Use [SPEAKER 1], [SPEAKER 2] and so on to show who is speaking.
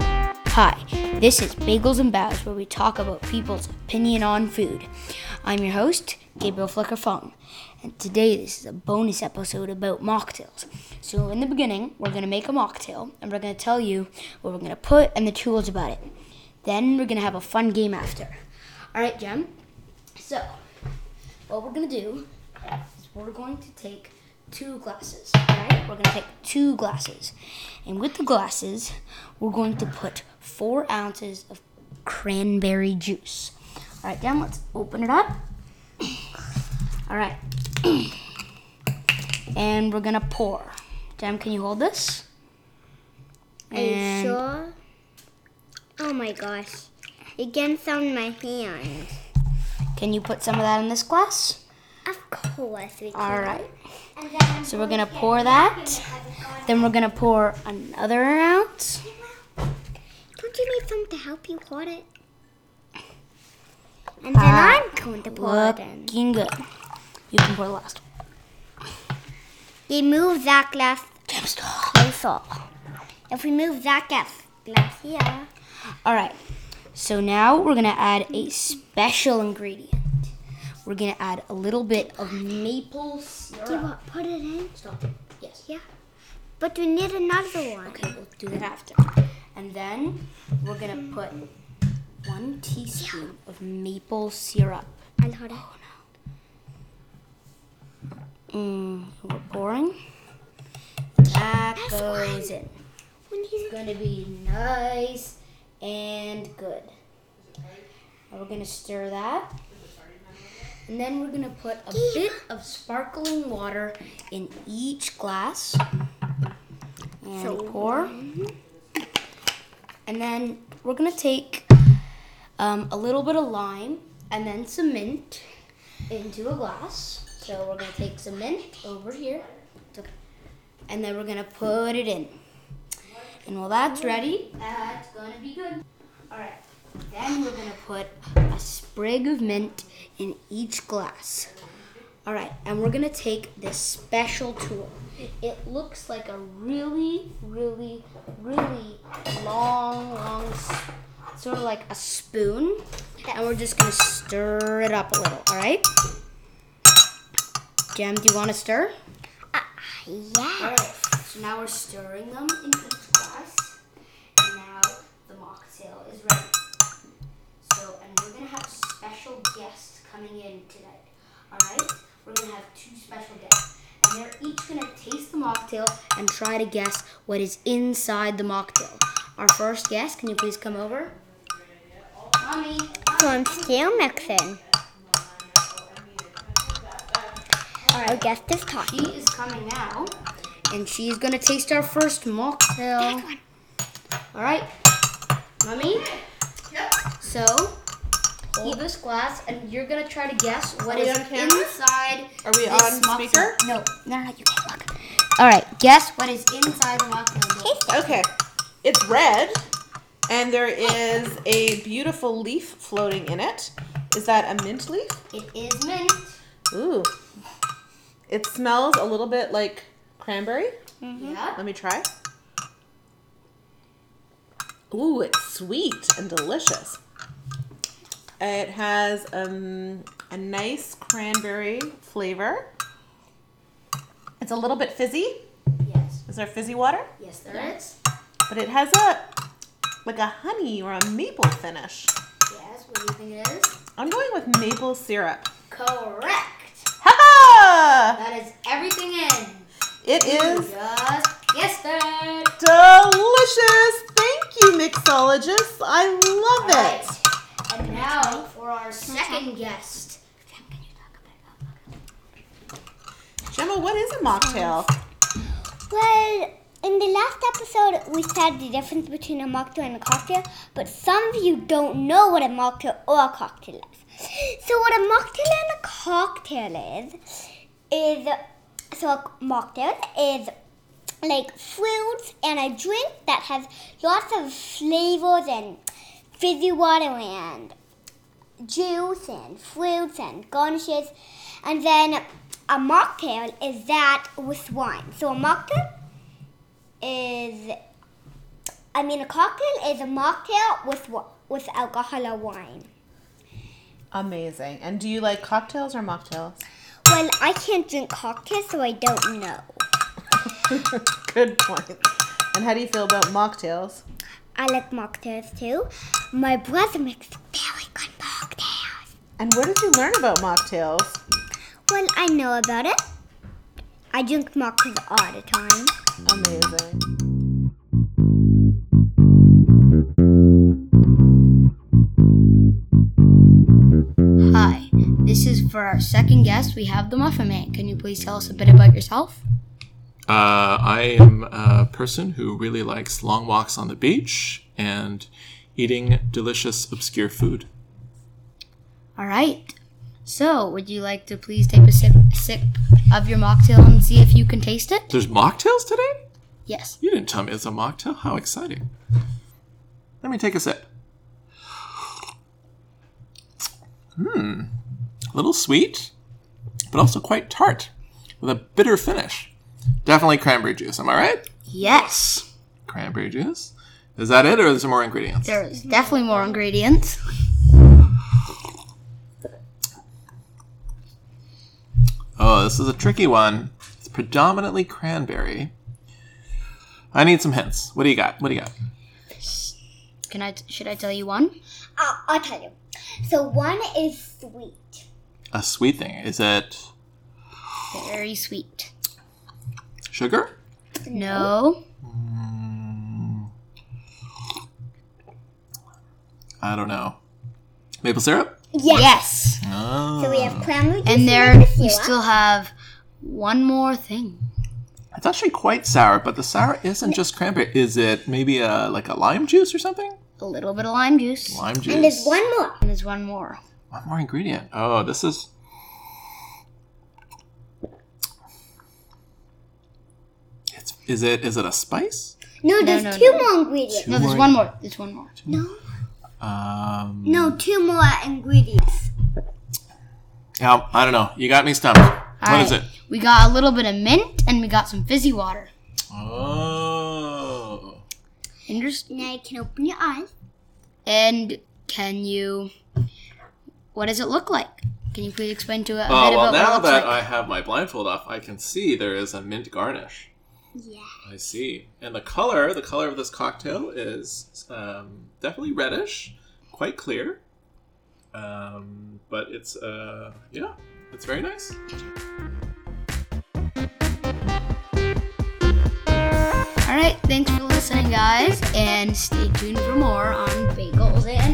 [SPEAKER 1] Hi, this is Bagels and Bows, where we talk about people's opinion on food. I'm your host, Gabriel Flicker Fong, and today this is a bonus episode about mocktails. So, in the beginning, we're going to make a mocktail, and we're going to tell you what we're going to put and the tools about it. Then, we're going to have a fun game after. Alright, Jem? So, what we're going to do is we're going to take two glasses. Alright, we're going to take two glasses. And with the glasses, we're going to put four ounces of cranberry juice. Alright, then let's open it up. Alright. and we're gonna pour. Jam, can you hold this?
[SPEAKER 2] Are you sure? Oh my gosh. It gets on my hand.
[SPEAKER 1] Can you put some of that in this glass?
[SPEAKER 2] Of course we can.
[SPEAKER 1] All right.
[SPEAKER 2] And then
[SPEAKER 1] So we're gonna pour that. Then we're gonna pour another ounce.
[SPEAKER 2] Don't you need some to help you hold it? And then
[SPEAKER 1] Ah,
[SPEAKER 2] I'm going to pour it in.
[SPEAKER 1] Looking good. You can pour the last one.
[SPEAKER 2] You move that glass
[SPEAKER 1] Jam, stop.
[SPEAKER 2] closer. If we move that glass, glass here.
[SPEAKER 1] All right. So now we're gonna add a special ingredient. We're gonna add a little bit of maple
[SPEAKER 2] Do you
[SPEAKER 1] syrup.
[SPEAKER 2] want put it in?
[SPEAKER 1] Stop. Yes.
[SPEAKER 2] Yeah. But we need another one.
[SPEAKER 1] Okay, we'll do that after. And then we're gonna put one teaspoon of maple syrup.
[SPEAKER 2] I'll hold it.
[SPEAKER 1] Mm, we're pouring. That
[SPEAKER 2] That's
[SPEAKER 1] goes in.
[SPEAKER 2] When he's
[SPEAKER 1] It's gonna be nice and good. And we're gonna stir that. And then we're gonna put a bit of sparkling water in each glass. And pour. And then we're gonna take um, a little bit of lime and then some mint into a glass. So we're gonna take some mint over here. It's okay. And then we're gonna put it in. And while that's ready, that's gonna be good. Alright, then we're gonna put a sprig of mint in each glass. Alright, and we're gonna take this special tool. It looks like a really, really, really long, long, s- sort of like a spoon. And we're just gonna stir it up a little, alright? Jem, do you wanna stir?
[SPEAKER 2] yeah.
[SPEAKER 1] Alright, so now we're stirring them in each glass. And now the mocktail is ready. So, and we're gonna have special guests coming in tonight. Alright? We're gonna have two special guests. And they're each gonna taste the mocktail and try to guess what is inside the mocktail. Our first guest, can you please come over? Mommy!
[SPEAKER 2] So I'm still mixing. I guess this time.
[SPEAKER 1] She is coming now. And she's gonna taste our first mocktail. All right, mommy. So hold this glass, and you're gonna try to guess what
[SPEAKER 3] Are we
[SPEAKER 1] is
[SPEAKER 3] on camera?
[SPEAKER 1] inside.
[SPEAKER 3] Are we
[SPEAKER 1] this
[SPEAKER 3] on
[SPEAKER 1] mocktail.
[SPEAKER 3] speaker?
[SPEAKER 1] No, no, no, you can't look. All right, guess what is inside the mocktail. bowl.
[SPEAKER 3] Okay. It's red, and there is a beautiful leaf floating in it. Is that a mint leaf?
[SPEAKER 1] It is mint.
[SPEAKER 3] Ooh. It smells a little bit like cranberry.
[SPEAKER 1] Yep.
[SPEAKER 3] Let me try. Ooh, it's sweet and delicious. It has um, a nice cranberry flavor. It's a little bit fizzy.
[SPEAKER 1] Yes.
[SPEAKER 3] Is there fizzy water?
[SPEAKER 1] Yes, there is.
[SPEAKER 3] But it has a like a honey or a maple finish.
[SPEAKER 1] Yes. What do you think it is?
[SPEAKER 3] I'm going with maple syrup.
[SPEAKER 1] Correct.
[SPEAKER 3] Ha!
[SPEAKER 1] That is everything in.
[SPEAKER 3] It is
[SPEAKER 1] Just yes, there.
[SPEAKER 3] delicious. Thank you, mixologists. I love it.
[SPEAKER 1] Alright, And now for our second guest.
[SPEAKER 3] Gemma, what is a mocktail?
[SPEAKER 2] Well, in the last episode, we said the difference between a mocktail and a cocktail, but some of you don't know what a mocktail or a cocktail is. So, what a mocktail and a cocktail is, is so a mocktail is like fruits and a drink that has lots of flavors and fizzy water and juice and fruits and garnishes. And then a mocktail is that with wine. So a mocktail is I mean, a cocktail is a mocktail with wa- with alcohol or wine.
[SPEAKER 3] Amazing. And do you like cocktails or mocktails?
[SPEAKER 2] Well, I can't drink cocktails, so I don't know.
[SPEAKER 3] Good point. And how do you feel about mocktails?
[SPEAKER 2] I like mocktails too. My brother makes very good mocktails.
[SPEAKER 3] And where did you learn about mocktails?
[SPEAKER 2] Well, I know about it. I drink mocktails all the time.
[SPEAKER 3] Amazing.
[SPEAKER 1] Hi, this is for our second guest. We have the Muffin Man. Can you please tell us a bit about yourself?
[SPEAKER 4] Uh, I am a person who really likes long walks on the beach and eating delicious, obscure food.
[SPEAKER 1] All right. So, would you like to please take a sip, sip of your mocktail and see if you can taste it?
[SPEAKER 4] There's mocktails today?
[SPEAKER 1] Yes.
[SPEAKER 4] You didn't tell me it's a mocktail. How exciting. Let me take a sip. Hmm. A little sweet, but also quite tart with a bitter finish. Definitely cranberry juice, am I right?
[SPEAKER 1] Yes.
[SPEAKER 4] Cranberry juice. Is that it, or is there more ingredients?
[SPEAKER 1] There is definitely more ingredients.
[SPEAKER 4] Oh, this is a tricky one. It's predominantly cranberry. I need some hints. What do you got? What do you got?
[SPEAKER 1] Can I? Should I tell you one?
[SPEAKER 2] I'll, Uh, I'll tell you. So one is sweet.
[SPEAKER 4] A sweet thing. Is it
[SPEAKER 1] Very sweet.
[SPEAKER 4] sugar?
[SPEAKER 1] No.
[SPEAKER 4] I don't know. Maple syrup?
[SPEAKER 2] Yes.
[SPEAKER 1] Yes.
[SPEAKER 2] So we have cranberry juice
[SPEAKER 1] And there you
[SPEAKER 2] you
[SPEAKER 1] still have one more thing.
[SPEAKER 4] It's actually quite sour, but the sour isn't just cranberry. Is it maybe a like a lime juice or something?
[SPEAKER 1] A little bit of lime juice.
[SPEAKER 4] Lime juice.
[SPEAKER 2] and there's one more.
[SPEAKER 1] And there's one more.
[SPEAKER 4] One more ingredient. Oh, this is. It's, is it is it a spice?
[SPEAKER 2] No, there's
[SPEAKER 1] no,
[SPEAKER 2] two
[SPEAKER 1] no.
[SPEAKER 2] more ingredients.
[SPEAKER 1] No, there's one more. There's one more.
[SPEAKER 2] No.
[SPEAKER 4] Um,
[SPEAKER 2] No, two more ingredients.
[SPEAKER 4] Yeah, I don't know. You got me stumped. What is
[SPEAKER 1] Alright,
[SPEAKER 4] it?
[SPEAKER 1] We got a little bit of mint and we got some fizzy water.
[SPEAKER 4] Oh.
[SPEAKER 1] And, just-
[SPEAKER 2] Now you can open your eyes.
[SPEAKER 1] and can you? What does it look like? Can you please explain to us a
[SPEAKER 4] Oh,
[SPEAKER 1] bit
[SPEAKER 4] well,
[SPEAKER 1] about
[SPEAKER 4] now
[SPEAKER 1] what it looks
[SPEAKER 4] that
[SPEAKER 1] like?
[SPEAKER 4] I have my blindfold off, I can see there is a mint garnish.
[SPEAKER 2] Yeah.
[SPEAKER 4] I see. And the color, the color of this cocktail is um, definitely reddish, quite clear. Um, but it's, uh, yeah, it's very nice.
[SPEAKER 1] All right. Thanks for listening, guys, and stay tuned for more on bagels and